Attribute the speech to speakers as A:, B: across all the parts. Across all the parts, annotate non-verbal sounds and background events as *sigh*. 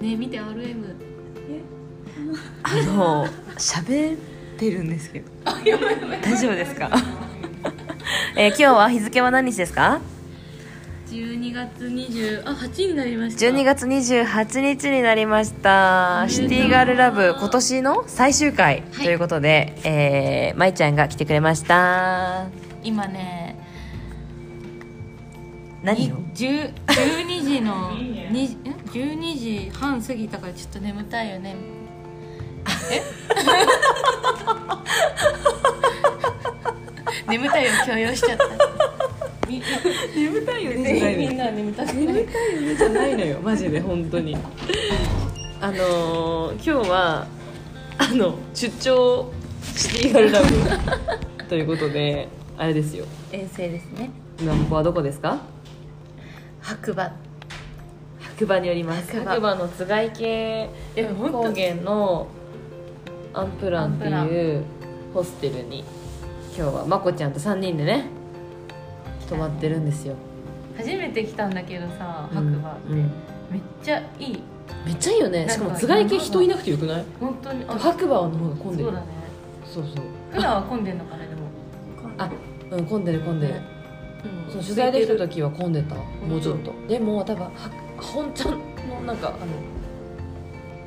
A: ね見て RM
B: あの喋ってるんですけど大丈夫ですかえー今日は日付は何日ですか
A: 12月20あ8になりました
B: 12月28日になりまし
A: お
B: た
A: めでと
B: シ
A: う
B: ティガールラブ今年の最終回ということで、えー、舞ちゃんが来てくれました
A: 今ね
B: 何を
A: に10 12時
B: *laughs*
A: のにん12時半過ぎたからちょっと眠たいよねえ *laughs* 眠たいを強要しちゃったみ
B: 眠たいよ
A: 全員みんなは眠たくない
B: 眠たいよねじゃないのよマジで本当にあのー、今日はあの出張シティガルラブということであれですよ
A: 遠征ですね
B: 南方はどこですか
A: 白馬
B: 白馬によります
A: 白
B: 白
A: 馬
B: 馬の津貝系
A: でも本当
B: 高原のアンプランって
A: アンプ
B: いうホステルに今日はまこちゃんと3人でね泊まってるんですよ
A: 初めて来たんだけどさ白
B: うん
A: 馬って、
B: うん
A: めっちゃいい
B: めっちゃいいよねしかも津貝系人いなくてよくない
A: 本当にあ
B: 白馬の方が混んで
A: そ
B: る
A: うだね
B: そうそう
A: 普段は混んでんのかなでも
B: あうん混んでる混んでる
A: ね
B: その取材できた
A: 空いてる
B: 時は混んでた
A: ん
B: もうちょっとでも多分は本ちゃんのなんかあの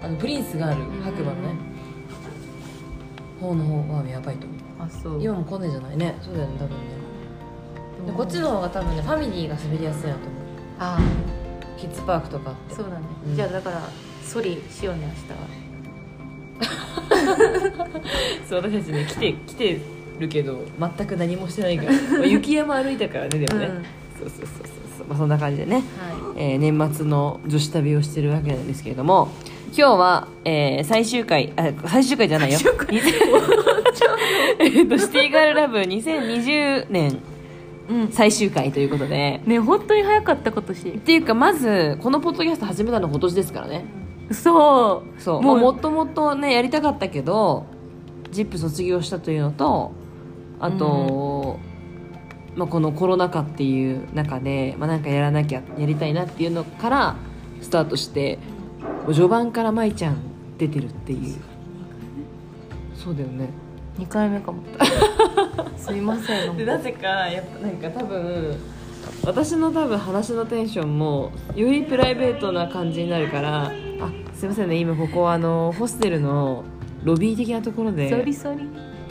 B: あのプリンスがある白馬のね方の方はやばいと思う
A: あそう
B: 今も混んでんじゃないねそうだよね多分ねでこっち
A: の
B: の方が多分ねファミリーが滑りやすいなと思う
A: あ
B: キッズパークとかあって
A: そうだね、
B: うん
A: じゃあだからソリしようね明日は
B: そう私たちね来て来てるけど全く何もして *laughs* ないからまあ雪山歩いたからねでもね、
A: うん
B: そうそうそうそうそうまあそんな感じでね
A: は
B: えー年末の女子旅をしてるわけなんですけれども今日は、えー最終回あ最終回じゃ *laughs* ないよ2000 *laughs* えっとシティガールラブ2020年
A: いうん
B: 最終回ということで
A: ね本当に早かった今年
B: っていうかまずこのポッドキャスト始めたの今年ですからね
A: そ
B: そ
A: も
B: うも,、
A: う
B: まあ、もっともっとねやりたかったけど「ZIP!」卒業したというのとあと、まあ、このコロナ禍っていう中で、まあ、なんかやらなきゃやりたいなっていうのからスタートしてもう序盤から舞ちゃん出てるっていうそうだよね
A: う2回目
B: *laughs*
A: かもすいません
B: なぜかやっぱなんか多分私の多分話のテンションもよりプライベートな感じになるからあすいませんね今ここあのホステルのロビー的なところで
A: ソリソリ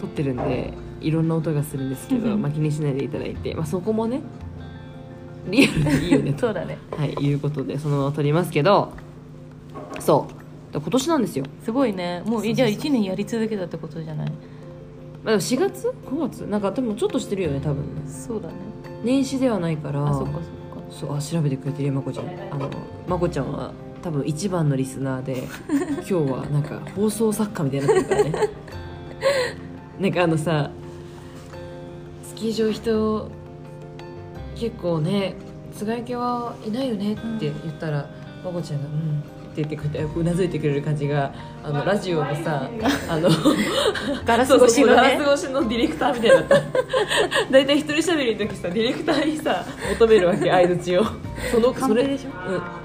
B: 撮ってるんでいろんな音がするんですけど、まあ、気にしないでいただいて、まあ、そこもねリアルでいいよね
A: *laughs*
B: と、
A: そうだね
B: はい、いうことでそのまま撮りますけどそう今年なんですよ、
A: すごいねもう
B: そうそうそう
A: じゃあ1年やり続けたってことじゃない
B: まあ、でも4月5月なんかでもちょっとしてるよね多分ね
A: そうだね
B: 年始ではないから
A: あそっかそっか
B: そうあ調べてくれてるよまこちゃんあのまこちゃんは多分一番のリスナーで今日はなんか放送作家みたいになってるからねなんかあのさスキー場人結構ね津軽家はいないよねって言ったら、まこちゃんが「うん」って言ってくれてうなずいてくれる感じがあのラジオのさあの
A: ガラス
B: そうそう
A: 越
B: そ
A: し
B: う
A: の
B: ガ
A: ね
B: ラス越しのディレクターみたいになった大体一人喋りの時さディレクターにさ求めるわけ相
A: *laughs*
B: づちをその
A: カンペでしょ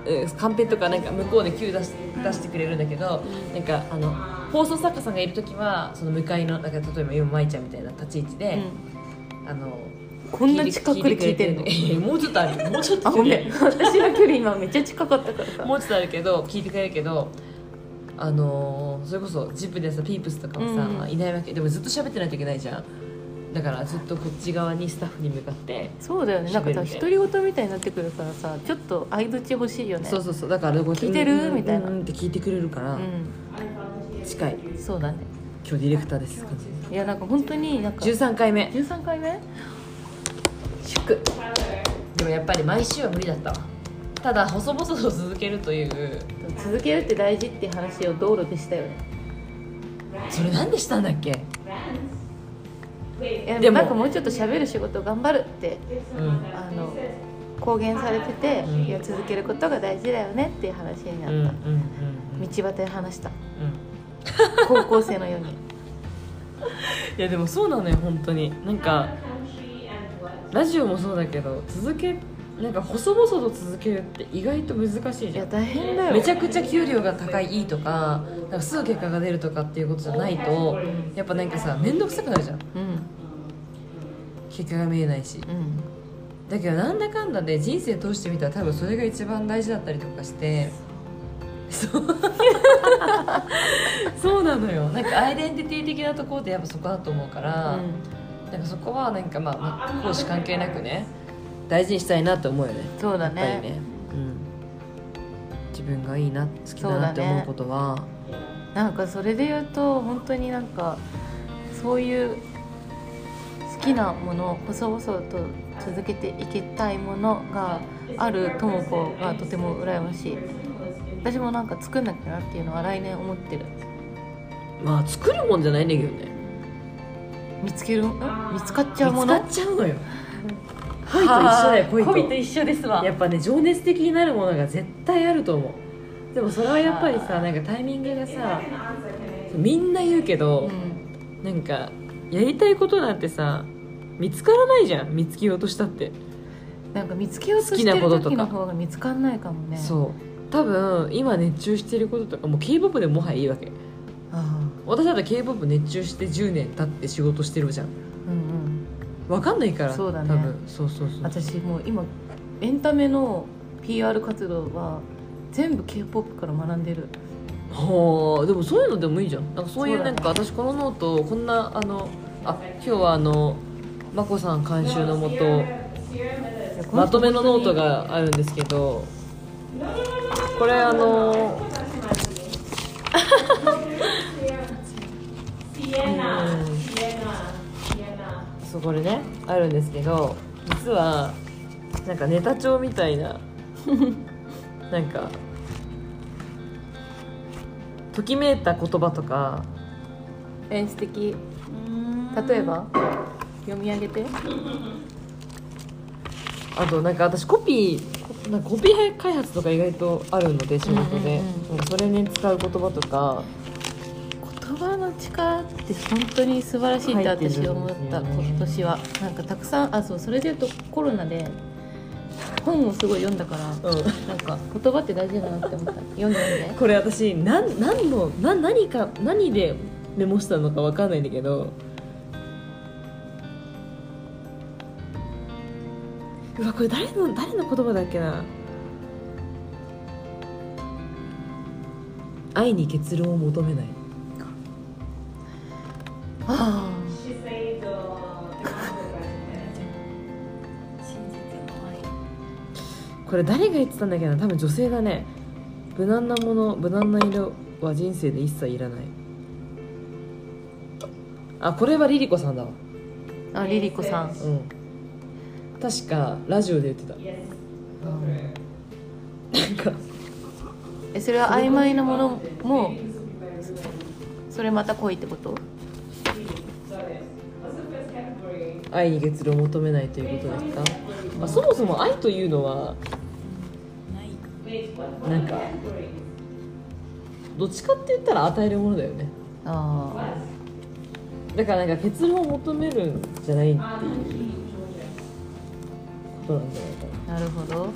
B: うんうん、カンペとかなんか向こうで Q 出し出してくれるんだけどなんかあの放送作家さんがいる時はその向かいのなんか例えば今舞ちゃんみたいな立ち位置で、あの
A: うん、こんな近くで聞いてんの
B: 聞いてくれるもうちょっとあ
A: *laughs*
B: るよもうちょっと
A: あご
B: 距離
A: め
B: ある
A: ん私の距離今めっちゃ近かったからさ
B: もうちょっとあるけど聞いてくれるけどあのーそれこそジップでさピープスとかもさ、
A: うん
B: いないわけでもずっと喋ってないといけないじゃんだからずっとこっち側にスタッフに向かって、
A: そうだよねなんかさ
B: 喋
A: 独り言みたいになってくるからさちょっと相づち欲しいよね
B: そうそうそうだからこうやって
A: 聞いてる
B: うんうん
A: みたいな
B: うんうんって聞いてくれるから、
A: う
B: 近い
A: んそうだね
B: 今日ディレクターです感じ
A: いやなんか本当になんか
B: 13回目
A: 13回目
B: 祝でもやっぱり毎週は無理だったわただ細々と続けるという
A: 続けるって大事って話を道路でしたよね
B: それ何でしたんだっけ
A: いや
B: でも
A: なんかもうちょっと喋る仕事頑張るって
B: うん
A: あの公言されてて、
B: うん
A: いや続けることが大事だよねっていう話にな
B: うんうんうん
A: った、
B: うん
A: 道端で話した
B: うん
A: 高校生のように
B: いやでもそうなのよ本当になんかラジオもそうだけど続けなんか細々と続けるって意外と難しい
A: い
B: じゃ
A: や
B: ん
A: 大変だよ
B: めちゃくちゃ給料が高いいいとかなんかすぐ結果が出るとかっていうことじゃないとやっぱなんかさ面倒くさくなるじゃん
A: うん
B: 結果が見えないし
A: うん
B: だけどなんだかんだで人生通してみたら多分それが一番大事だったりとかして
A: *laughs*
B: そうそうなのよなんかアイデンティティ的なところってやっぱそこだと思うから、
A: うん
B: なんかそこはなんかまあまあ講師関係なくね大事にしたいなと思うよね
A: そうだ
B: やっぱり
A: ね
B: ね、うん、自分がいいな好きだなって思うことは
A: なんかそれで言うと本当になんかそういう好きなものを細々と続けていきたいものがあるとも子がとても羨ましい私もなんか作んなきゃなっていうのは来年思ってる
B: まあ作るもんじゃないんだけどね
A: 見つけるん見つかっちゃう
B: 見
A: も
B: つか
A: の
B: っちゃうのよ *laughs* 恋と一緒だよ恋と
A: 恋と一緒ですわ
B: やっぱね情熱的になるものが絶対あると思うでもそれはやっぱりさなんかタイミングがさみんな言うけ
A: う
B: ど、
A: ん
B: なんかやりたいことなんてさ見つからないじゃん見つけようとしたって、
A: なんか見つけようとして
B: 好き
A: る
B: なことと
A: 時
B: か
A: の方が見つかんないかもねう
B: そう多分今熱中してることとかもう k p o p でもはやいいわけ
A: あ
B: 私だったら k p o p 熱中して10年経って仕事してるじゃん
A: あうんうん
B: わかんないから
A: そうだね
B: 多分そうそうそう
A: 私もう今エンタメの PR 活動は全部 k p o p から学んでる
B: はあでもそういうのでもいいじゃんなんかそういう
A: そうだ
B: なん
A: ね
B: か私このノートこんなあのあ今日はあの眞子さん監修のもとまとめのノートがあるんですけどこれあのそうこれねあるんですけど実はなんかネタ帳みた
A: *laughs*
B: いななんかときめいた言葉とか
A: えー素敵例えば読み上げて
B: あとなんか私コピーなんかコピー開発とか意外とあるので仕事で、
A: うんうん
B: なんかそれに使う言葉とか
A: 言葉の力って本当に素晴らしいって私思った
B: 入ってるんですよね
A: 今年はなんかたくさんあそうそれで言うとコロナで本をすごい読んだから
B: うん、
A: なんか言葉って大事だなって思った読んで読んで
B: これ私なん何のな何か何でメモしたのかわかんないんだけどうわこれ誰の誰の言葉だっけな愛に結論を求めない
A: あ
B: これ誰が言ってたんだっけな多分女性だね無難なもの無難な色は人生で一切いらないあこれはリリコさんだわ
A: ああリリコさん
B: うん確かラジオで言ってたなんか
A: えそれは曖昧なものもそれまた恋ってこと
B: 愛に結論を求めないということですか、まあ、そもそも愛というのはなんかどっちかって言ったら与えるものだよね
A: あ
B: だからなんか結論を求めるんじゃないっていうことなんじゃないかな
A: あなるほど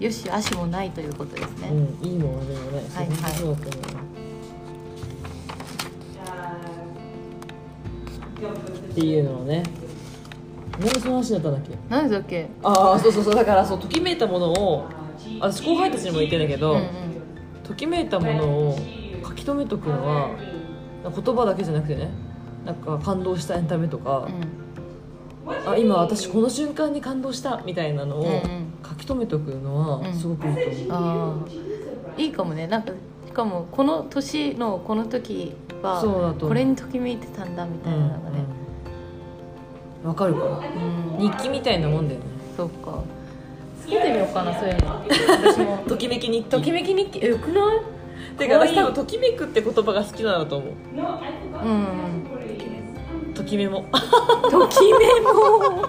A: よし足もないということですね、
B: うん、いいも悪いもない。
A: はいはい
B: そうだと思う。っていうのをね。なんでその話だったんだっけ。
A: 何だっけ
B: ああ、そうそうそう、だから、そう、ときめいたものを。私後輩たちにも言ってんだけど、
A: うんうん
B: ときめいたものを書き留めとくのは。言葉だけじゃなくてね。なんか感動したエンタメとか、あ今私この瞬間に感動したみたいなの
A: うんう
B: を
A: ん
B: 書き留めとくの
A: う
B: は
A: ん
B: すごくいいと思う、
A: ああいいかもねなんかしかもこの年のこの時は
B: そうだと思う
A: これにときめいてたんだみたいなのがね、
B: うんわかるかな
A: うん
B: 日記みたいなもんだよね
A: そうかつけてみようかなそういうの私も
B: ときめき日記
A: ときめき日記えよくない
B: てか私
A: か
B: 多
A: わい
B: 分
A: い
B: ときめくって言葉が好きなんだと思う
A: うん
B: ときめも
A: ときめも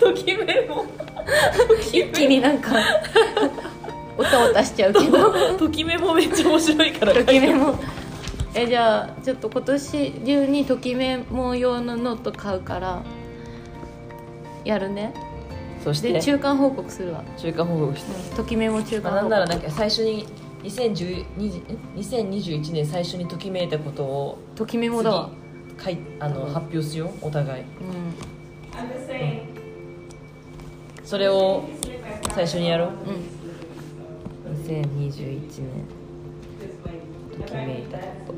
B: ときめも *laughs*
A: 一気になんかおたおたしちゃうけど
B: *laughs* ときめもめっちゃ面白いから
A: ときめもえじゃあちょっと今年中にときめも用のノート買うからやるね
B: そし
A: で
B: て
A: 中間報告するわ、
B: 中間報告して
A: うん、ときめも中
B: ま
A: 間
B: あ
A: 報
B: な
A: 告
B: んならなんか最初に2010 2021年最初にときめいたことを
A: ときめも
B: 次
A: だわ
B: かいあの発表しようお互い
A: うん
B: それを最初にやろう
A: うん
B: 2021年ときめいたこと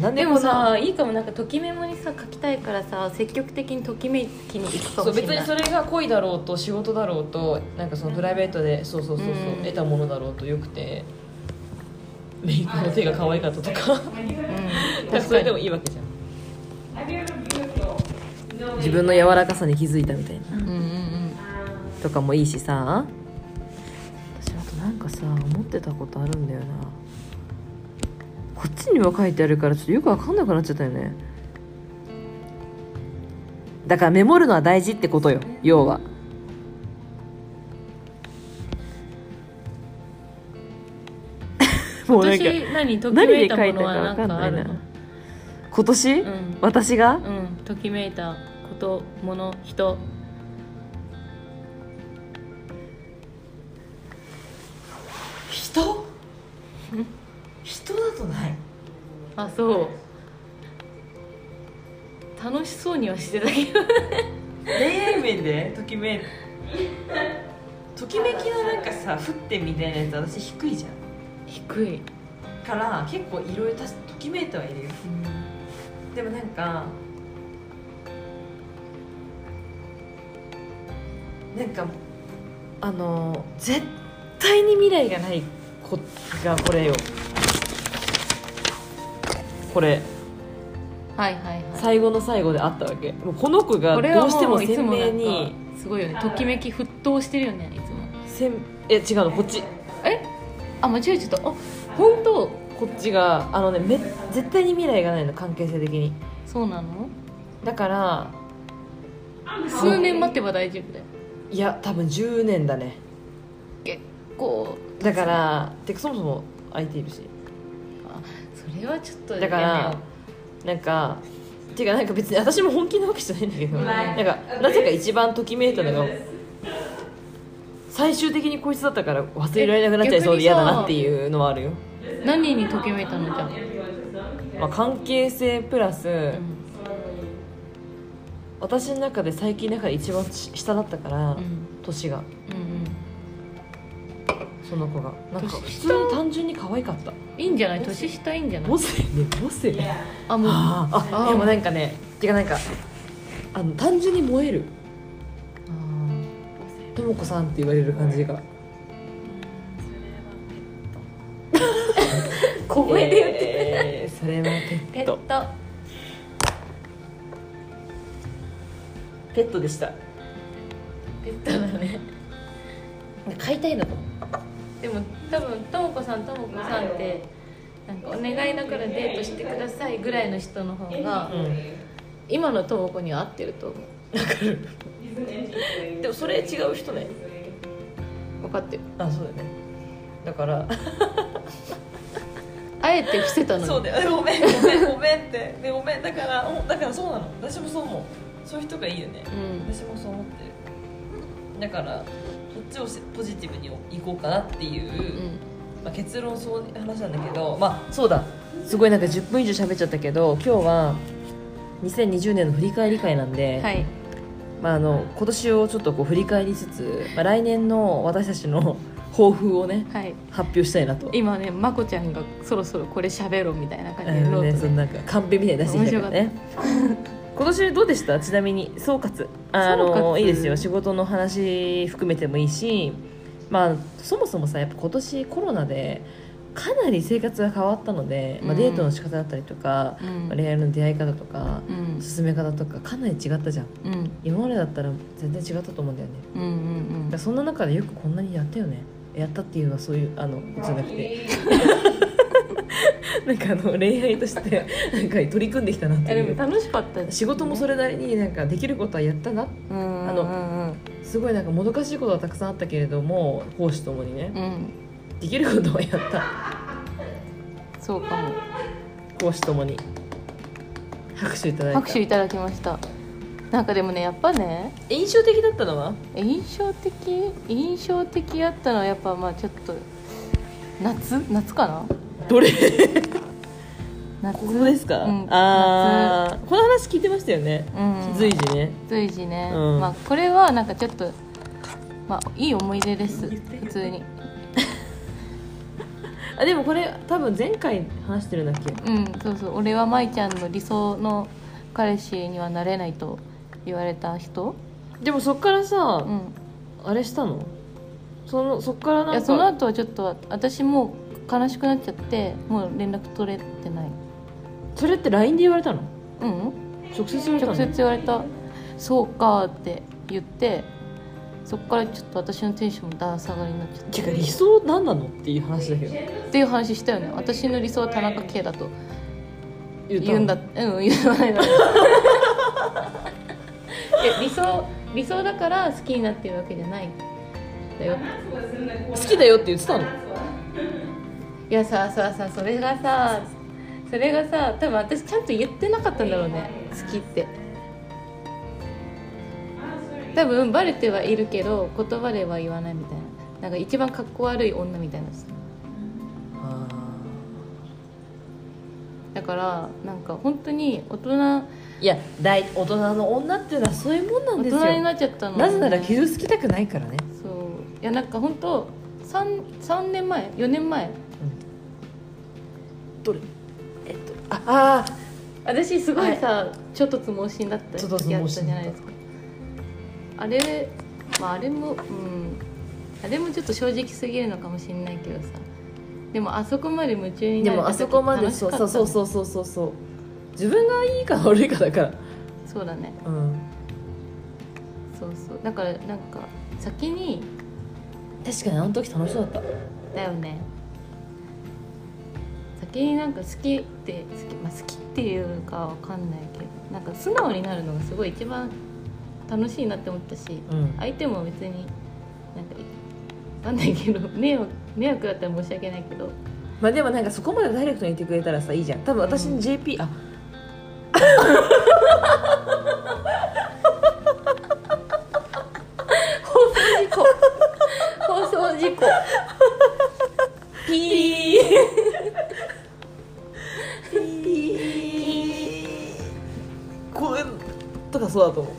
B: なん
A: でも
B: こんな
A: さいいかもなんかときめもにさ書きたいからさ積極的にときめきに行くか
B: そ
A: も
B: う
A: しれ
B: 別
A: ない
B: にそれが恋だろうと仕事だろうとなんかそのプライベートでそうそうそうそう、
A: うん
B: 得たものだろうとよくてメイクの手が可愛かったとか
A: うん、
B: *laughs* それでもいいわけじゃん自分の柔らかさに気づいたみたいな
A: うんうんうん
B: とかもいいしさ私あとなんかさ思ってたことあるんだよなこっちには書いてあるからちょっとよくわかんなくなっちゃったよねだからメモるのは大事ってことよ要 *laughs* はもうなんか
A: 私何とき
B: 何
A: め
B: で
A: いた
B: 書
A: も
B: いた
A: の
B: か
A: は
B: わ
A: 何
B: か
A: か
B: んな
A: あ
B: い
A: る
B: な
A: の
B: 今年、
A: うん
B: 私が
A: うんときめいたこと物人
B: 人人だとない
A: あそう楽しそうにはしてたけど
B: 恋愛面でときめときめきのなんかさ降ってみたいなやつ私低いじゃん
A: 低い、
B: から結構いろいろときめいてはいるよでもなんかなんかあの絶対に未来がない子がこれよこれ
A: はいはいはい
B: 最後の最後であったわけもうこの子が
A: これは
B: どうしても
A: いつ
B: 鮮
A: もな
B: 明
A: んか
B: に
A: すごいよねときめき沸騰してるよねいつも
B: 鮮え違うのこっち
A: えあ間違えちゃったあ本当
B: こっちがあのねめ絶対に未来がないの関係性的に
A: そうなの
B: だから
A: 数年待てば大丈夫だよ
B: いや多分10年だね
A: 結構
B: だからてかそもそも空いているし
A: あそれはちょっと
B: だからなんかていうかなんか別に私も本気なわけじゃないんだけどなんかなぜか一番ときめいたのが最終的にこいつだったから忘れられなくなっちゃいそうで嫌だなっていうのはあるよ、
A: やめよう何にときめいたのじゃあ、
B: まあ、関係性プラス、
A: うん
B: 私の中で最近の中で一番下だったから、
A: うん
B: 年が
A: うん
B: その子がなんか
A: 年
B: 普
A: 下
B: 通に単純に可愛かった
A: うんいいんじゃない年下いいんじゃない
B: ボスねボス
A: あもう
B: あーあ
A: あー
B: でもなんかねてかなんかあの単純に燃えるともこさんって言われる感じが
A: 小声で言って
B: えーそれはペット
A: ト
B: ペットでした
A: ペットだね
B: 飼いたいのか
A: でも多分ともこさんともこさんってなんかお願いだからデートしてくださいぐらいの人の方が
B: うん
A: 今のともこには合ってると思う
B: でもそれ違う人ね
A: 分かってる
B: あそうだねだから
A: あえて伏せたのに
B: そうだよ *laughs* ごめんごめんごめんってでごめんだからおだからそうなの私もそう思うそういう人がいいよね
A: うん
B: 私もそう思ってるだからこっちをせポジティブにいこうかなっていう、
A: うん
B: まあ、結論そういう話なんだけどまあそうだすごいなんか10分以上喋っちゃったけど今日は2020年の振り返り会なんで、
A: はい
B: まあ、あの今年をちょっとこう振り返りつつ、まあ、来年の私たちの抱負をね
A: はい
B: 発表したいなと
A: 今ねまこちゃんがそろそろこれ喋ろうみたいな感
B: う
A: じでノ
B: んね、
A: ー
B: そ
A: トで
B: のなんかカンペみたいに出してきたからね *laughs* 今年どうでしたちなみに総括あの
A: 総括
B: いいですよ仕事の話含めてもいいしまあそもそもさやっぱ今年コロナでかなり生活が変わったので、まあ、
A: うん
B: デートの仕方だったりとか、
A: うん
B: まあ恋愛の出会い方とか
A: うん
B: 進め方とかかなり違ったじゃん
A: うん
B: 今までだったら全然違ったと思うんだよね
A: うんうん
B: だからそんな中でよくこんなにやったよねやったっていうのはそういうあのじゃなくてなんかあの恋愛としてなんか取り組んできたなっ
A: うん
B: て
A: えでも
B: いう
A: 楽しかった
B: 仕事もそれなりになんかできることはやったな
A: うん
B: あ
A: の
B: すごいなんかもどかしいことはたくさんあったけれども講師ともにね
A: うんうん
B: できることはやった
A: そうかも
B: 講師ともに拍手いただいた
A: 拍手いただきましたなんかでもねやっぱね
B: 印象的だったのは
A: 印象的印象的やったのはやっぱまあちょっと夏夏かな
B: どれ
A: 夏
B: ここですか、
A: うん
B: ああこの話聞いてましたよね、
A: うん
B: 随時ね
A: 随時ね、
B: うん
A: まあこれはなんかちょっとまあいい思い出です普通に
B: あでもこれ多分前回話してるんだっけ
A: うんそうそう俺は舞ちゃんの理想の彼氏にはなれないと言われた人
B: でもそっからさ
A: う、ん
B: あれしたのそのそっから
A: い
B: なんか
A: やその後はちょっと私もう悲しくなっちゃってもう連絡取れてない
B: それって LINE で言われたの
A: うん
B: 直接言われたの
A: 直接言われた「そうか」って言ってそこからちょっと私のテンションもだ下がりになっちゃって
B: てか理想何なのっていう話だけど
A: っていう話したよね私の理想は田中圭だと
B: 言ったの
A: 言うんだうん言わない *laughs* のいや理想理想だから好きになってるわけじゃないだよ
B: 好きだよって言ってたの
A: いやさささそれがさそれがさ多分私ちゃんと言ってなかったんだろうね好きって多分バレてはいるけど言葉では言わないみたいななんか一番かっこ悪い女みたいなさ
B: あ
A: だからなんか本当に大人
B: ーいや大大人の女っていうのはそういうもんなん
A: 大
B: ですよ
A: 人になっちゃったの
B: なぜなら傷つきたくないからね、
A: そういやなんか本当三三年前4年前
B: どれえっとああ
A: 私すごいさちょっとつ盲信だった
B: 猪突
A: 時あっ
B: 猛
A: たじゃ
B: 進だ
A: な
B: った
A: いですかあれまああれもうんあれもちょっと正直すぎるのかもしれないけどさでもあそこまで夢中に
B: で
A: なれ
B: も
A: た
B: あ
A: 時
B: そこまで
A: 楽しか
B: そ
A: っ
B: う
A: た
B: そうそうそうそうそうそう自分がいいか *laughs* 悪いかだから
A: そうだね
B: うん
A: そうそうだからなんか先に
B: 確かにあの時楽しそうだった
A: だよね先になんか好きって好き,、まあ、好きっていうかわかんないけどなんか素直になるのがすごい一番楽しいなって思ったし
B: うん
A: 相手も別になんかわかんないけど *laughs* 迷惑迷惑だったら申し訳ないけど
B: まあでもなんかそこまでダイレクトに言ってくれたらさいいじゃん多分私に JP、あ
A: 放送 *laughs* 事故
B: ピー *laughs* これとかそうだと思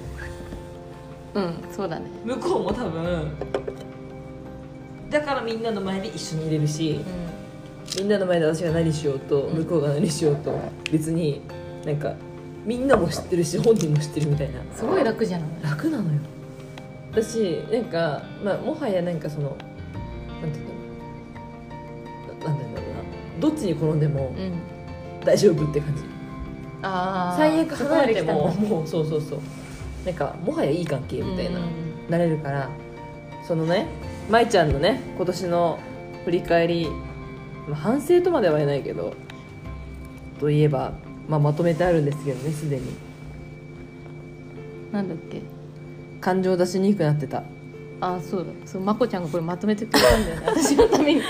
B: う
A: うんそうだね
B: 向こうも多分だからみんなの前で一緒にいれるし
A: う
B: みんなの前で私が何しようと
A: うん
B: 向こうが何しようと別になんかみんなも知ってるし本人も知ってるみたいなん
A: すごい楽じゃない
B: 楽なのよ私なんか、まあ、もはやなんかそのなんていうのななんていうんだろうなどっちに転んでも
A: うん
B: 大丈夫って感じ
A: ああ
B: 最悪離れてももうそうそうそうなんかもはやいい関係みたいな、なれるからそのね舞ちゃんのね今年の振り返り、まあ、反省とまでは言えないけどといえば、まあ、まとめてあるんですけどねすでに
A: なんだっけ
B: 感情出しにくくなってた
A: ああそうだそうまこちゃんがこれまとめてくれたんだ *laughs* よね私のために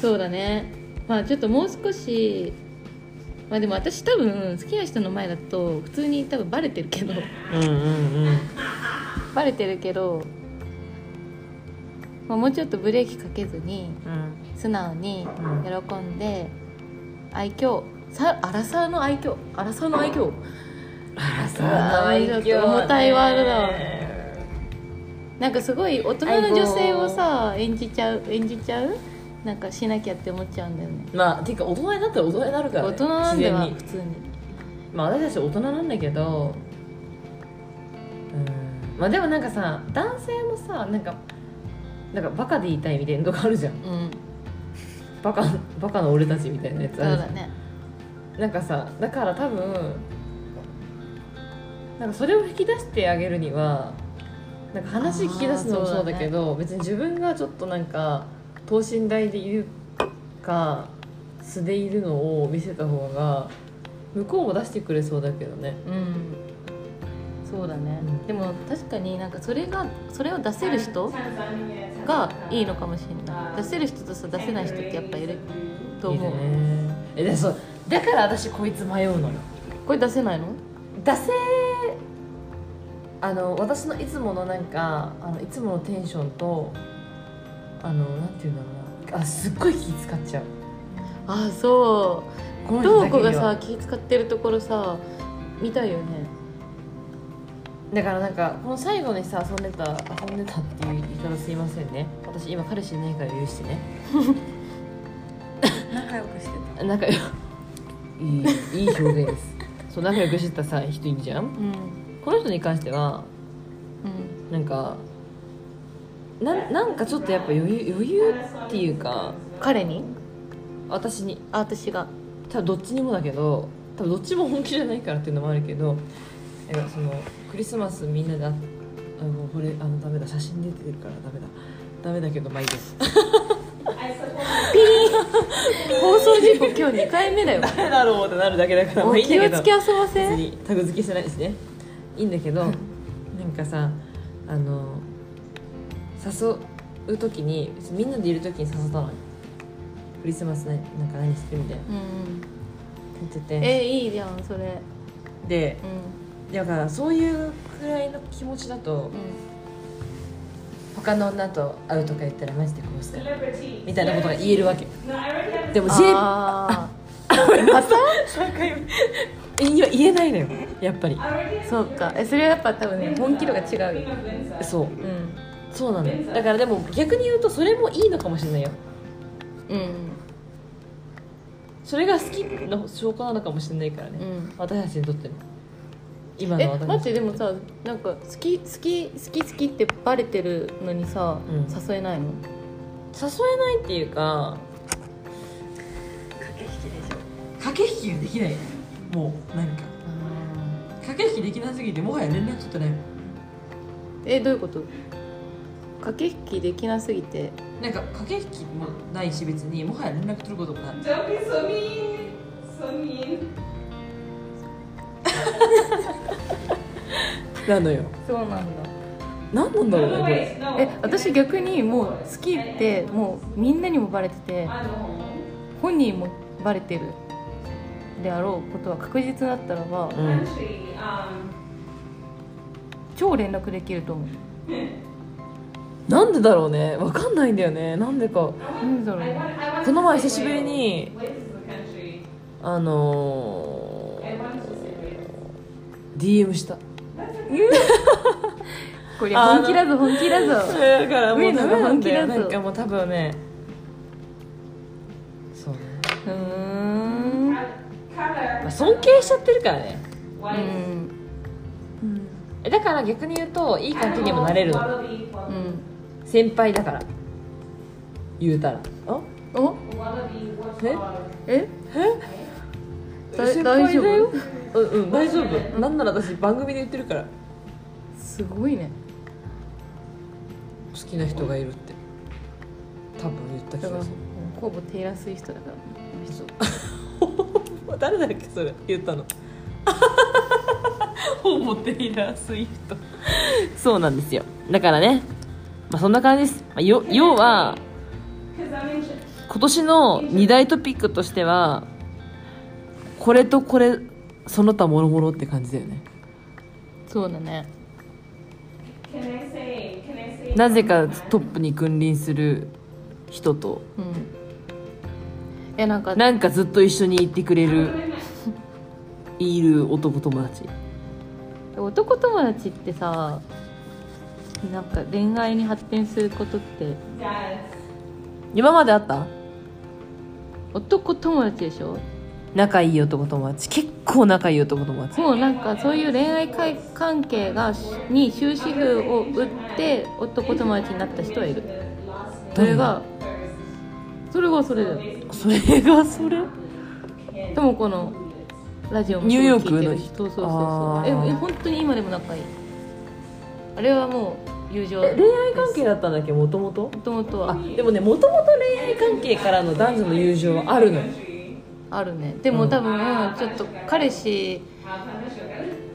A: そうだねまあちょっともう少しまあでも私多分好きな人の前だと普通に多分バレてるけど
B: うんうんうん
A: *laughs* バレてるけど、まあ、もうちょっとブレーキかけずに
B: うん
A: 素直に
B: うん
A: 喜んで愛嬌さアラサーの愛嬌アラサーの愛嬌ちょっと重たいワードだわなんかすごい大人の女性をさ演じちゃう演じちゃうなんかしなきゃって思っちゃうんだよね
B: まあていうか大人になったら大人になるから、ね、
A: 大人なんだわ
B: 自然
A: 普
B: に
A: 通に
B: まあ私たち大人なんだけどうんまあでもなんかさ男性もさなんかなんかバカで言いたいみたいなとこあるじゃん
A: うん
B: バカバカの俺たちみたいなやつ
A: そ
B: あ
A: う
B: るじゃ
A: だ
B: ん、
A: ね
B: なんかさだから多分なんかそれを引き出してあげるにはなんか話聞き出すのも
A: あー
B: そうだけど別に自分がちょっとなんか等身大でいるか素でいるのを見せた方が向こうも出してくれそうだけどね
A: うんそうだね、
B: うん
A: でも確かになんかそれがそれを出せる人がいいのかもしれない出せる人とさ出せない人ってやっぱいると思う
B: いるねえでそうだから私こいつ迷うのよ
A: これ出せないの
B: 出せあの私のいつものなんかあのいつものテンションとあのなんていうんだろうなあすっごい気使っちゃう
A: あそ
B: こ
A: う
B: の人
A: 瞳子
B: だけには
A: がさ気使ってるところさ見たいよね
B: だからなんかこの最後にさ遊んでた遊んでたっていう言い方すいませんね私今彼氏いないから許してね
A: 仲良くして
B: 仲良いいいい表現ですそう仲良くしてたさ人いるじゃん
A: たうん
B: この人に関しては
A: うん
B: なんかななんかちょっとやっぱ余裕余裕っていうか
A: 彼に
B: 私に
A: あ私が
B: 多分どっちにもだけど多分どっちも本気じゃないからっていうのもあるけどなんかそのクリスマスみんなでああもうこれあのダメだ写真出てるからダメだダメだけどまあいいです
A: 放送事故今日2回目
B: *laughs*
A: だよ
B: 誰だろう *laughs* ってなるだけだからま
A: お
B: あいいん
A: 気を
B: だけ
A: つ
B: ど
A: け遊ば
B: 別
A: せ
B: にタグ付けしてないしねいいんだけど *laughs* なんかさあの誘う時に別にみんなでいる時に誘ったのよクリスマスねなんか何するみたいな
A: うん
B: 言ってて
A: えいいじゃんそれ
B: で
A: う
B: だからそういうくらいの気持ちだと
A: んうん
B: 他の女と会うとか言ったらマジでこうすからみ
C: み
B: た
C: た
B: いな
C: いな
B: こ
C: ことと
B: が
C: が
B: 言
C: 言
B: え
C: え
B: る
C: る
B: わ
C: わ
B: け
C: け。
B: *laughs* でも J
A: あ
B: 3回目いや言えないのよやっぱり
A: ーそうかえそれはやっぱ多分ね本気度が違うよ
B: そう
A: うん
B: そうなのよだからでも逆に言うとそれもいいのかもしれないよ
A: うん
B: それが好きの証拠なのかもしれないからね、
A: うん
B: 私たちにとっての今
A: え
B: の私
A: 待
B: た
A: っ
B: ち
A: てでもさなんか好き好き好き好きってバレてるのにさ、
B: うん
A: 誘えないの
B: 誘えないっていうか駆け引きでしょ駆け引きができないもうなんか駆け引きできなすぎてもはや連絡取ってない
A: えどういうこと駆け引きできなすぎて
B: なんか駆け引きもないし別にもはや連絡取ることもない
C: Don't be so mean. So mean.
B: なのよ
A: そうなんだ
B: 何なんだろうねこれ
C: Otherwise, no.
A: え私逆にもう好きってもうみんなにもバレてて
C: あの
A: 本人もバレてるであろうことは確実だったらば
B: うん
C: country, um,
A: 超連絡できると思う
B: なんでだろうねわかんないんだよねなんでか
A: なんだろう
C: I
A: ね
C: want- I want
B: この前
C: to
B: 久し
C: say
B: ぶり
C: Wales.
B: に
C: Wales is a country.
B: あの
C: I want to say Wales.
B: ー、DM した
A: これ本気だぞ本気だ
B: *laughs*
A: ぞ
B: だからもうダメなんだ
A: 上野が本気だ
B: よな
A: ぞ
B: んかもう多分ねそうね、
A: うーん
C: Color.
B: まあ、尊敬しちゃってるからね
A: う
C: White.
A: ん
B: えだから逆に言うといい関係にもなれるの
C: Wallaby,
A: う
C: wallaby,
A: ん
B: 先輩だから言うたらあ
A: お
C: wallaby, what's
B: Eh?
C: called?
A: えだ
B: 先輩
A: 大丈夫
B: だようんうん大丈夫なんなら私番組で言ってるから
A: すごいね
B: 好きな人がいるって多分言った気
A: だから
B: がす
A: ほぼ手安い人だから
B: る誰だっけそれ言ったの *laughs* ほぼテイラー・スウィフトそうなんですよだからね、まあ、そんな感じです、まあ、よ要は
C: 'Cause I'm in Ch-
B: 今年の2大トピックとしてはこれとこれその他もろもろって感じだよね
A: そうだね
C: Can I say? Can I say?
B: なぜかトップに君臨する人と
A: うんえなんか
B: なんかずっと一緒にいてくれるいる男友達
A: 男友達ってさなんか恋愛に発展することって
C: Yes.
B: 今まであった
A: 男友達でしょ
B: 仲いい男友達結構仲いい男友達
A: もうなんかそういう恋愛かい関係がに終止符を打って男友達になった人はいるそれがそれがそれだよ
B: それがそれ
A: ともこのラジオも
B: ニューヨークの
A: すごい聞いてるしそうそうそう
B: あ
A: そう
B: ー
A: ええ本当に今でも仲いいあれはもう友情
B: 恋愛関係だったんだっけもともと
A: もともと
B: あ
A: は
B: でもねもともと恋愛関係からの男女の友情はあるのよ
A: あるねでも多分ちょっと彼氏
C: How can I sugar?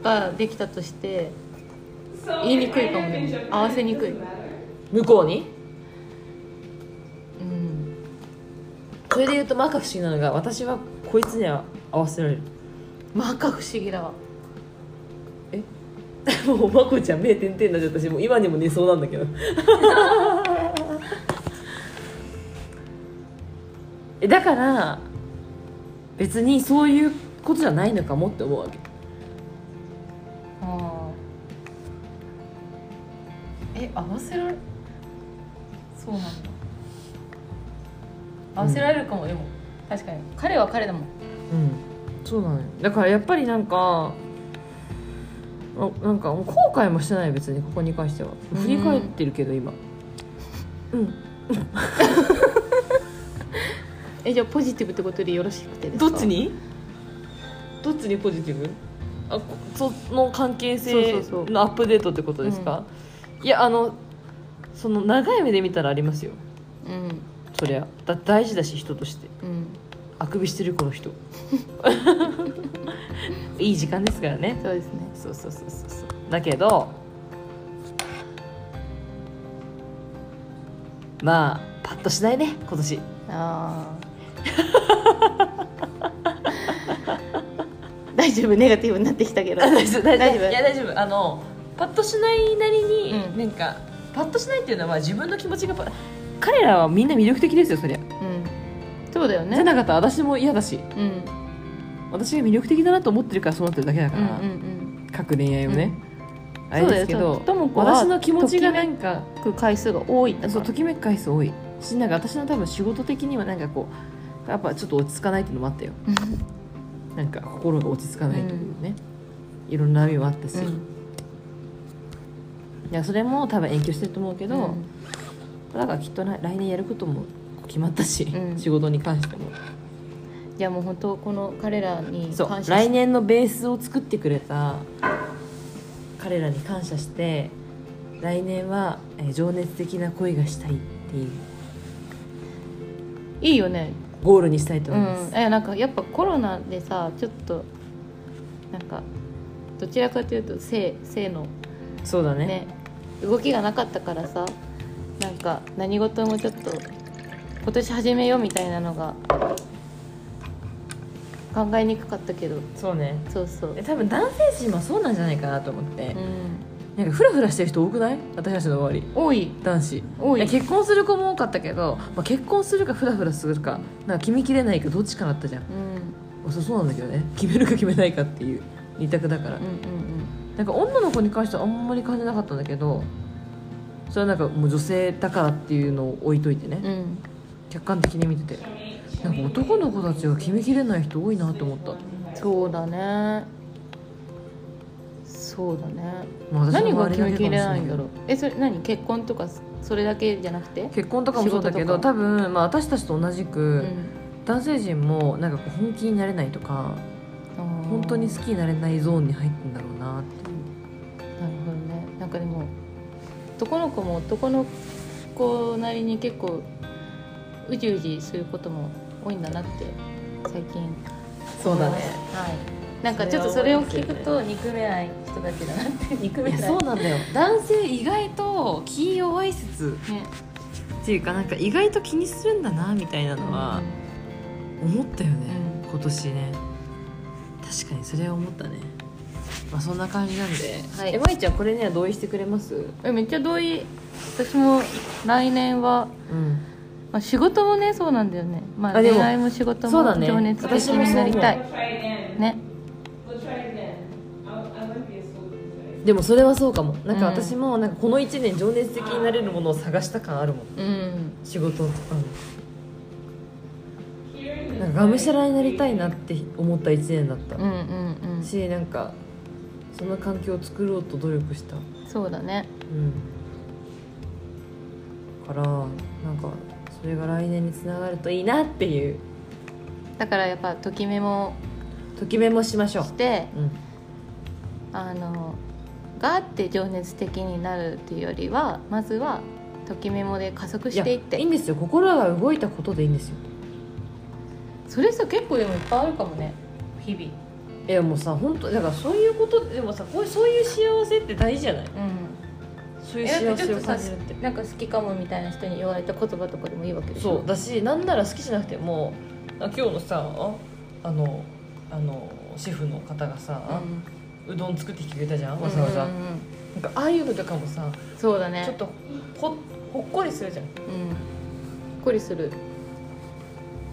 A: ができたとして
C: So
A: 言いにくいかもね合わせにくい
B: 向こうに
A: うん
B: それで言うと摩訶不思議なのが私はこいつには合わせられる
A: まか不思議だわ
B: *laughs* もうまこちゃん目点々になっちゃったしもう今にも寝そうなんだけど *laughs* えだから別にそういうことじゃないのかもって思うわけ
A: あーえ合わせられそうなんだ合わせられるかも、でも確かに彼は彼だもん
B: うんそうなのよだからやっぱりなんかあなんかもう後悔もしてない別にここに関しては
A: うん
B: 振り返ってるけど今うん
A: えじゃあポジティブってことでよろしくてです
B: ど
A: か
B: っちにどっちにポジティブあこその関係
A: そう
B: 性
A: そうそう
B: のアップデートってことですかいやあのその長い目で見たらありますよ
A: うん
B: そりゃだ大事だし人として
A: うん
B: あくびしてるこの *laughs* 人いい時間ですからね
A: そうですね
B: そうそうそうそうそうだけどまあパッとしないね今年
A: あー大丈夫ネガティブになってきたけど
B: あ大丈 *laughs* 夫大
A: 大丈
B: 丈
A: 夫
B: 夫いや大丈夫あのパッとしないなりに、
A: うん
B: なんかパッとしないっていうのは自分の気持ちがパ彼らはみんな魅力的ですよそりゃ、
A: うんそうだよ
B: じゃ
A: ね
B: なかったら私も嫌だし
A: うんうん
B: 私が魅力的だなと思ってるからそうなってるだけだか
A: うん
B: ら、
A: うん
B: 各恋愛をね、あれですけ
A: そうだよ
B: ど
A: とともこは
B: 私の気持ちがなんか
A: 行く回数が多いんだか
B: そう
A: ら
B: ときめく回数多いしなんか私の多分仕事的にはなんかこうやっぱちょっと落ち着かないっていうのもあったよなんか心が落ち着かないというね、いろんな波もあったし、
A: うん
B: いやそれも多分影響してると思うけ
A: け
B: ど、だからきっとな来年やることも決まったし、
A: うん
B: 仕事に関しても
A: いやもう本当この彼らに
B: そう
A: 感謝
B: 来
A: して
B: 年のベースを作ってくれた彼らに感謝して来年は、えー情熱的な恋がしたいっていう
A: いいよね
B: ゴールにしたいと
A: う
B: 思います、
A: んえなんかやっぱコロナでさちょっとなんかどちらかというと性性の
B: そうだね
A: ね動きがなかったからさなんか何事もちょっと今年始めようみたいなのが考えにくかったけど
B: そうね
A: そうそう
B: え多分男性陣はそうなんじゃないかなと思って
A: う、ん
B: なんかフラフラしてる人多くない私たちの周り
A: 多い
B: 男子
A: 多
B: いや
A: い
B: 結婚する子も多かったけど、まあ、結婚するかフラフラするかなんか決めきれないかどっちかだったじゃん
A: うんうん
B: そうそうなんだけどね決めるか決めないかっていう二択だから、
A: うん
B: なんか女の子に関してはあんまり感じなかったんだけどそれはなんかもう女性だからっていうのを置いといてね、
A: うんうん
B: 客観的に見ててなんか男の子たちは決めきれない人多いなと思った、
A: そうだねそうだね
B: まあ、私の
A: 何が
B: 周り
A: 決
B: だ
A: めき
B: けかもし
A: れ
B: れ
A: ない
B: け
A: ん
B: ど
A: だろうえそれ何結婚とかそれだけじゃなくて
B: 結婚とかもそうだけ
A: 仕事
B: ど
A: とか
B: 多分、まあ、私たちと同じ
A: う
B: く、男性陣もなんかこう本気になれないとか本
A: 本
B: 当に好きになれないゾーンに入ってんだろうなって
A: なるほどねなんかでも男の子も男の子なりに結構うじうじすることも多いんだなって最近
B: そうだね
A: はいなんかちょっとそれを聞くと憎めない人たちだなって憎め
B: い
A: な
B: や
A: い
B: そうなんだよ男性意外と気弱い説
A: ね
B: っていうかなんか意外と気にするんだなみたいなのは思ったよね、今年ね確かにそれは思ったねまあそんな感じなんで、
A: はい
B: えまいちゃんこれには同意してくれますう
A: えめっちゃ同意私も来年は、
B: ん
A: まあ、仕事もねそうなんだよねまあ
B: あでも
A: 恋愛も仕事
B: そう
A: も
B: だね
A: 情熱的
B: 私も
A: に
B: そう
A: な
B: 思
A: り
B: う
A: た
C: We'll
A: い
C: try again.
A: ね
C: We'll try again. I, I like this one. We'll try again.
B: でもそれはそうかもなんか
A: うん
B: 私もなんかこの1年情熱的になれるものを探した感あるもん
A: うん
B: 仕事とかも
C: Hearing the
B: なんかがむしゃらになりたいなって思った1年だった
A: うんうんうん
B: しなんかそんな環境を作ろうと努力した
A: そうだね
B: うんからなんかそれが来年につながるといいなっていう
A: だからやっぱときめも
B: ときめもしましょう
A: して
B: うん
A: あのガーって情熱的になるっていうよりはまずはときめもで加速
B: い
A: し
B: や
A: ていって
B: いいんですよ心が動いたことでいいんですよ
A: それさ結構でもいっぱいあるかもね日々
B: いやもうさ本当だからそういうことでもさこういうそういう幸せって大事じゃない
A: うん
B: そういう
A: えだっ
B: 幸
A: てち
B: せ
A: ょっ
B: を
A: とさ
B: 感じるって
A: なんか好きかもみたいな人に言われた言葉とかでもいいわけでしょ
B: そうだしなんなら好きじゃなくてもあ今日のさああのあのシェフの方がさ、
A: う
B: うどん作ってきてくれたじゃん
A: ん
B: わざわざ、
A: うんうんうん
B: なんかああいうのとかもさ
A: そうだ
B: ちょっ
A: ね
B: とほほっこりするじゃん
A: うんびっくりする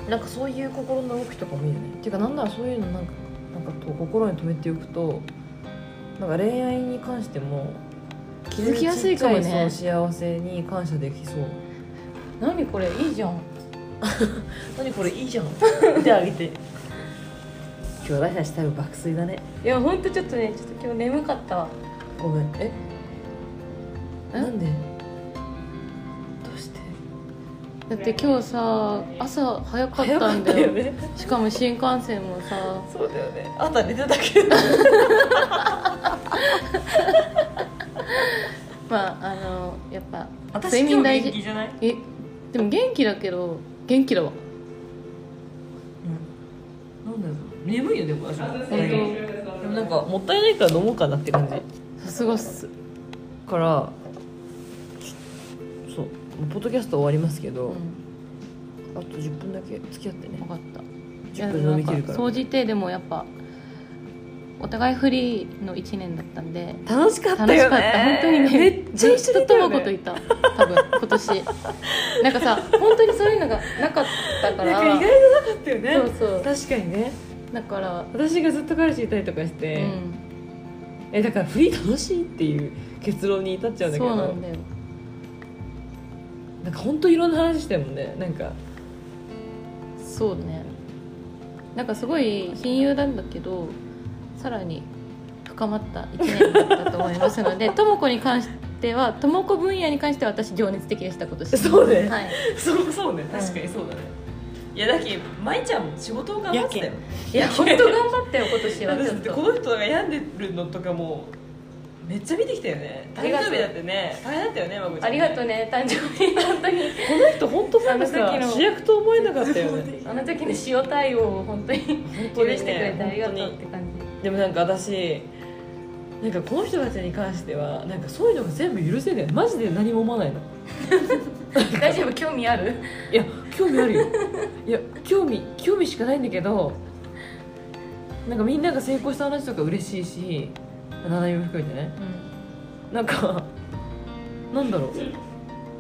B: なんかそういう心の動きとかもいいよねっていうかなんならそういうのなんかなんかと心に留めておくとなんか恋愛に関しても
A: 気づきやすいかもね
B: そう幸せに感謝できそう
A: 何これいいじゃん
B: *laughs* 何これいいじゃん見てあげて今日私たち多分爆睡だね
A: いやほんとちょっとねちょっと今日眠かったわ
B: ごめんえ
A: え
B: なんでどうして
A: だって今日さ朝早かったんだよ
B: ね
A: しかも新幹線もさ
B: そうだよねあんた寝てたけど
A: まああのやっぱ
B: 私
A: 睡眠
B: 今
A: 大
B: 日
A: 事
B: 元気じゃない、
A: えでも元気だけど元気だわ
B: うん、なんだろう眠いよでも私
C: 本
A: 当
B: でもなんかもったいないから飲もうかなって感じ
A: さすがっす
B: からそうポッドキャスト終わりますけど、
A: うん
B: あと10分だけ付き合ってね
A: 分かったい
B: 10分飲み切る
A: でもなん
B: から
A: 総じてでもやっぱお互いフリーの1年だったんで
B: 楽しかったよ
A: 楽
B: ね
A: しかった本当にね
B: めっちゃ一緒に
A: ず
B: い
A: ったと
B: よ
A: もこ
B: ね
A: といた多
B: *laughs*
A: 分今年なんかさ本当にそういうのがなかったか
B: な
A: ら
B: んか意外となかったよね
A: そうそう
B: 確かにね
A: だから
B: 私がずっと彼氏いたりとかし
A: う
B: て、
A: ん
B: えだからフリー楽しいっていう結論に至っちゃうんだけ
A: そ
B: ど
A: うなんだよ
B: なんか本当いろんな話してもんねなんか
A: そうねなんかすごい貧友なんだけどさらに深まった1年だったと思いますの *laughs* でとも子に関してはとも子分野に関しては私情熱的でした今年
B: そうね
A: はい、
B: そうそうねそうだね、いやだけ舞ちゃんも仕事を頑
A: やいや本当頑張ったよ今年はちょっと
B: の人が病んでるのとかもめっちゃ見てきたよね
A: ありがとう誕生日だって
B: ね大変だったよねまこち
A: ありがとうね誕生日本当に
B: この人本当なんか
A: あの時
B: さ
A: の
B: 主役と思えなか
A: *laughs*
B: ったよね
A: あの時の塩対応を本当に許
B: 当にね
A: してくれてありがとう
B: 本
A: っ
B: 当
A: て感じ
B: でもなんか私なんかこの人たちに関してはなんかそういうのが全部許せないマジで何も思わないの
A: 大丈夫興味ある
B: いや興味あるよいや興味興味しかないんだけどなんかみんなが成功した話とか嬉しいし七海も含めてねなんかなんだろう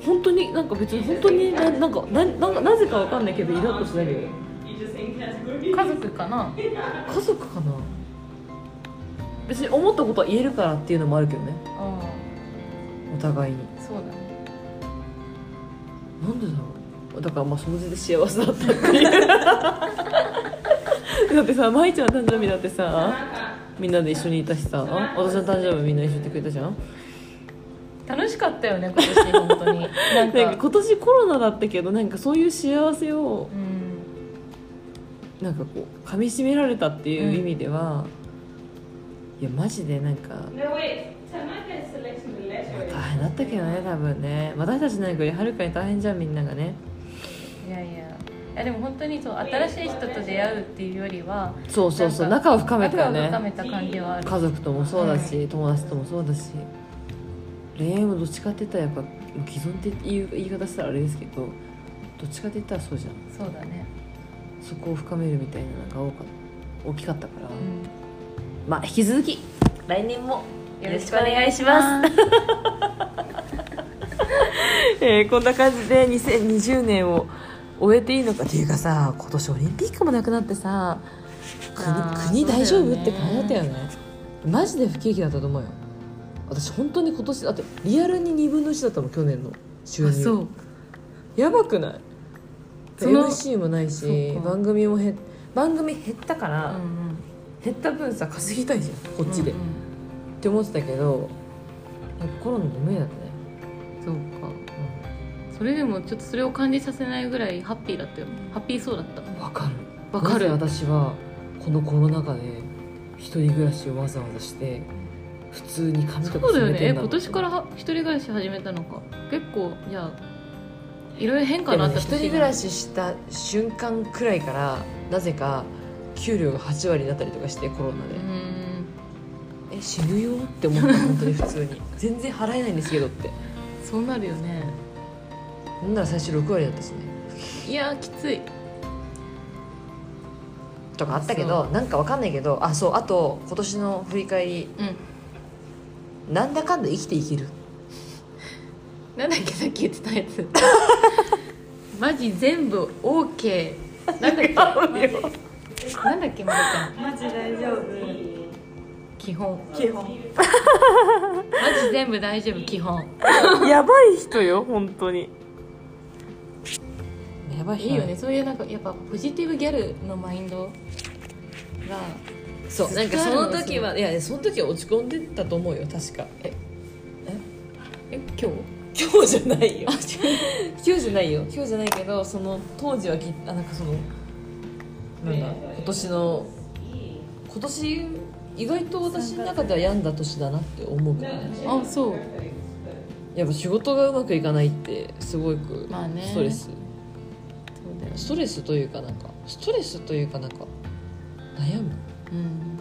B: 本当になんか別に本当にななんかななんかなぜかわかんないけどイラッとしないよね
A: 家族かな
B: 家族かな別に思ったことは言えるからっていうのもあるけどね
A: あ
B: お互いに
A: あそうだね
B: なんでだろうだからまあその時で幸せだったっていうだってさ舞ちゃんの誕生日だってさみんなで一緒にいたしさ私の誕生日もみんな一緒にいてくれたじゃん
A: 楽しかったよね今年本当になん
B: なんか
A: か
B: 今年コロナだったけどなんかそういう幸せを
A: うん
B: なんかこう噛みしめられたっていう意味では、いやマジでなんか
C: No, wait. Tanaka is selecting the letter.
B: 大変だったけどね多分ね私たちなんかよりはるかに大変じゃんみんながね
A: いやいやいやでも本当にそう新しい人と出会うっていうよりは
B: そうそうそう
A: なんか
B: 仲を深めたよね
A: 仲を深めた感じはある
B: 家族ともそうだし、友達ともそうだし恋愛もどっちかって言ったらやっぱ既存っていう言い方したらあれですけどどっちかって言ったらそうじゃん
A: そうだね
B: そこを深めるみたいなのが多か大きかったから、
A: うん
B: まあ引き続き来年も
A: よろしくお願いします
B: *laughs* えーこんな感じで2020年を終えていいのかっていうかさ今年オリンピックもなくなってさ
A: あー
B: 国国大丈
A: そう
B: 夫、
A: だよね
B: って感じだったよねマジで不景気だったと思うよ私本当に今年だってリアルに2分の1だったもん去年の収入
A: あそう
B: やばくない
A: その
B: MC もないし
A: そうか
B: 番組も減っ番組減ったか
A: う
B: ら、
A: ん
B: 減った分さ稼ぎたいじゃん
A: う
B: こっ
A: ん
B: ちで、
A: う
B: っ
A: ん
B: て思ってたけどやっぱコロナの無理だったね、
A: うんそうかそれでもちょっとそれを感じさせないぐらいハッピーだったよハッピーそうだった
B: うん、わかる
A: わかる
B: なぜ私はこのコロナ禍で一人暮らしをわざわざして普通に髪とか
A: そうだよ
B: 染め
A: ね
B: て
A: え
B: んだ
A: 今年からは一人暮らし始めたのか結構じゃあいろいろ変化
B: で
A: のあ
B: も
A: っ
B: ね
A: た
B: 一人暮らしした瞬間くらいからなぜか給料が8割になったりとかしてコロナで、
A: うん
B: え死ぬよって思った本当に普通 *laughs* に全然払えないんですけどって
A: そうなるよね
B: なんなら最初6割だったしね
A: いやーきつい
B: とかあったけどなんかわかんないけどあそうあと今年の振り返り
A: うん
B: なんだかんだ生きていける
A: なんだっけさっき言ってたや *laughs* つマジ全部 OK なんだっけなんだっけまるちゃん
D: マジ大丈夫
A: 基本
D: 基本
A: マジ全部大丈夫基本
B: やばい人よ本当にやばい人
A: いいよねそういうなんかやっぱポジティブギャルのマインドが
B: そうなんかその時はいやその時は落ち込んでたと思うよ確か
A: え今日
B: 今日じゃないよ今日じゃないよ今日じゃないけどその当時はきあなんかそのなんだ今年の今年意外と私の中では病んだ年だなって思うからね
A: あそう
B: やっぱ仕事がうまくいかないってすごく
A: まあね
B: ストレス、
A: そうだよ
B: ストレスというかなんかストレスというかなんか悩む
A: うん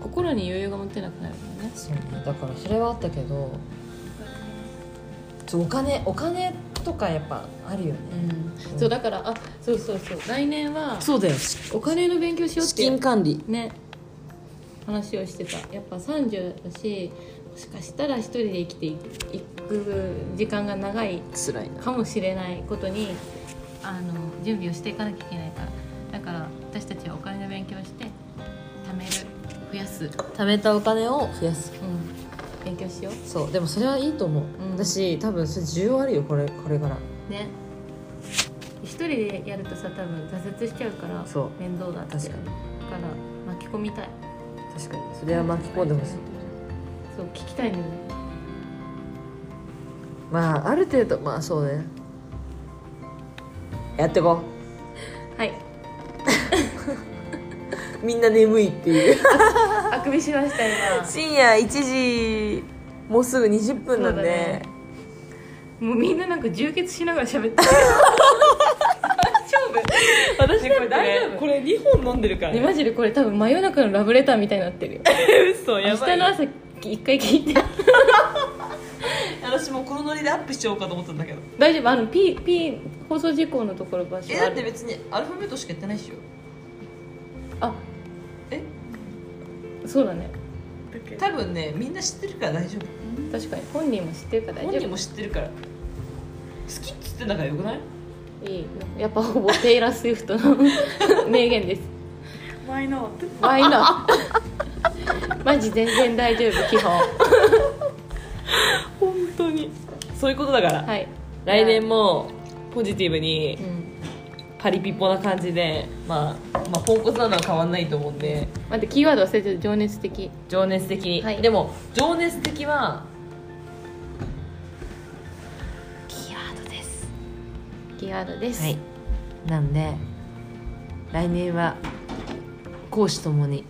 A: 心に余裕が持てなくなるからね
B: そうねだからそれはあったけどそうお金お金とかやっぱあるよね、
A: うんそうだからあそうそうそう来年は
B: そうだよ
A: お金の勉強しようっ
B: 資
A: て
B: 金管理
A: ね話をしてたやっぱ30だしもしかしたら一人で生きていく時間が長い
B: つらいな
A: かもしれないことにあの準備をしていかなきゃいけないからだから私たちはお金の勉強をして貯める増やす、うん、
B: 貯めたお金を増やす
A: 勉強しよ
B: そうでもそれはいいと思う、
A: うん
B: 私多分それ需要あるよこれこれから
A: うね一人でやるとさ多分挫折しちゃうから
B: そう
A: 面倒だって
B: 確かに
A: だから巻き込みたい
B: 確かにそれは巻き込んでほしい
A: そう聞きたいのよね
B: まあある程度まあそうねやってこ
A: はい、
B: うみんな眠いっていう
A: あくびしました今
B: *laughs* 深夜1時もうすぐ20分なんで、
A: そうだねもうみんななんか充血しながら喋っ
B: *laughs*
A: てる
B: 私
A: ねこれ大丈夫
B: これ2本飲んでるから
A: ねマジでこれ多分真夜中のラブレターみたいになってるよ
B: 嘘
A: 明日の朝一回聞いて *laughs*
B: 私もうこのノリでアップしちゃおうかと思ったんだけど
A: 大丈夫あの P, P 放送事項のところ場所
B: え
A: あ
B: だって
A: る
B: 別にアルファベットしかやってないっしょ
A: あ
B: え
A: そうだね
B: 多分ねみんな知ってるから大丈夫
A: 確かに本人も知ってるから大
B: 本人
A: 丈
B: も知ってるから好きっつってんだからよくない
A: 夫いいやっぱほぼテイラー・スウィフトの *laughs* 名言です
D: マイノート
A: 「Why not?
B: *laughs*
A: マジ全然大丈夫基本
B: 本当にそういうことだから、
A: はい
B: 来年もポジティブに
A: うん
B: パリピポな感じで、まあ、まあポンコツなのは変わんないと思うんで
A: 待ってキーワード忘れてる情熱的
B: 情熱的に、
A: はい
B: でも情熱的はキーワードです
A: キーワードです
B: はいなんで来年は講師ともに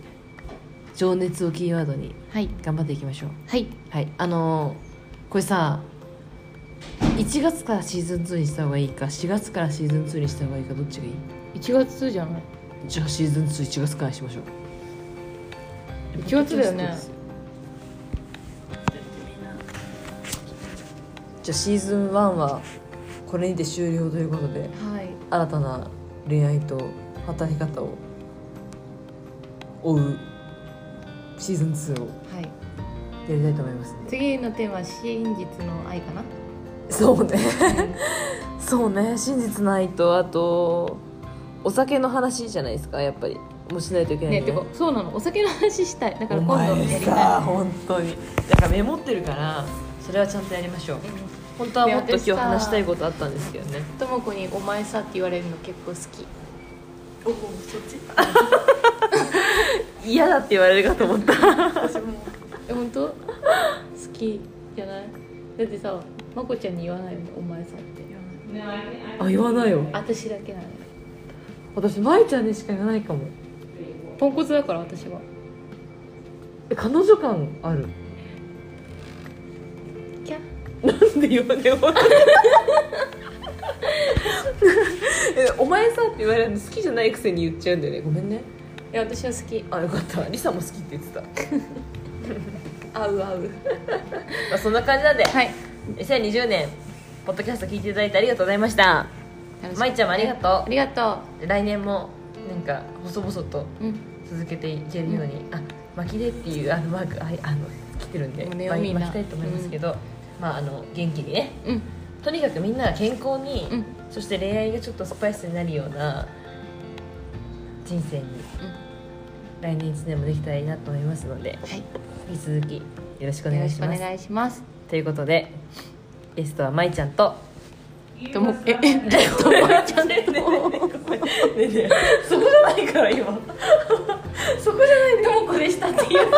B: 情熱をキーワードに
A: はい、
B: 頑張っていきましょう
A: はい
B: はいあのーこれさ1月からシーズン2にした方がいいか4月からシーズン2にした方がいいかどっちがいい
A: 1月じゃない
B: じゃあシーズン21月からにしましょう
A: 1月だよね
B: じゃあシーズン1はこれにて終了ということで
A: はい
B: 新たな恋愛と働き方を追うシーズン2を
A: はい
B: やりたいと思いますね
A: 次のテーマは真実の愛かな
B: そうねそうね真実ないとあとお酒の話じゃないですかやっぱりもうしないといけない
A: ね
B: よ
A: てかそうなのお酒の話したいだから今度やりたい
B: さ本当にだからメモってるからそれはちゃんとやりましょう
A: うん
B: 本当はもっと
A: ね私さ
B: 今日話したいことあったんですけどね
A: ともこに「お前さ」って言われるの結構好き
D: おおそっち
B: 嫌だって言われるかと思った
D: 私も
A: え本当好きじゃないだってさまこちゃんに言わないよね「お前さ」って
B: あ言わないよ
A: 私だけなのよ
B: 私舞ちゃんにしか言わないかも
A: ポンコツだから私は
B: え彼女感ある
A: キャ
B: なんで言わねえわえお前さって言われるの好きじゃないくせに言っちゃうんだよねごめんね
A: いや私は好き
B: あよかったリサも好きって言ってた、ま
A: 合う合う
B: あ、そんな感じなんで
A: はい
B: 2020年ポッドキャスト聞いていただいてありがとうございました
A: 楽しかった
B: まいちゃんもありがとう
A: ありがとう
B: 来年も何なんか細々と
A: うん
B: 続けていけるように、あ巻きでっていうあのマークあいあの来てるんで
A: もうね
B: 巻
A: み
B: き
A: んな
B: 巻きたいと思いますけど、まああの元気にね
A: うん
B: とにかくみんなが健康に、
A: うん
B: そして恋愛がちょっとスパイスになるような人生に、来年1年もできたらいいなと思いますので
A: はい
B: 引き続きよろしくお
A: よ
B: 願
A: ろ
B: い
A: し
B: し
A: くお
B: ます。
A: 願いします
B: ということでゲストはまいちゃんと。
A: ともええともちゃんと
B: ねえねえそこじゃないから今そこじゃないともこでしたって言うと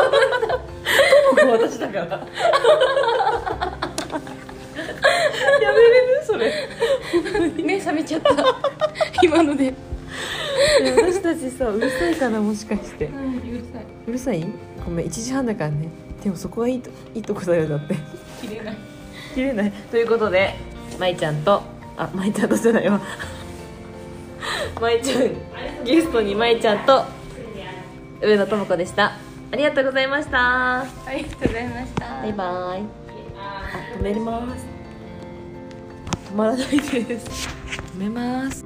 B: もこ私だからやめれるそれ
A: 目覚めちゃった *laughs* 今ので
B: 私たちさうるさいかなもしかして
A: うるさいう
B: るさいごめん1時半だからねでもそこはいいといいとこだよだって
A: 切れない
B: 切れないということでまいちゃんとあまいちゃんとじゃないわまいちゃんゲストにまいちゃんと上野智子でしたありがとうございました
A: ありがとうございました
B: バイバイあ止めますあ止まらないです止めます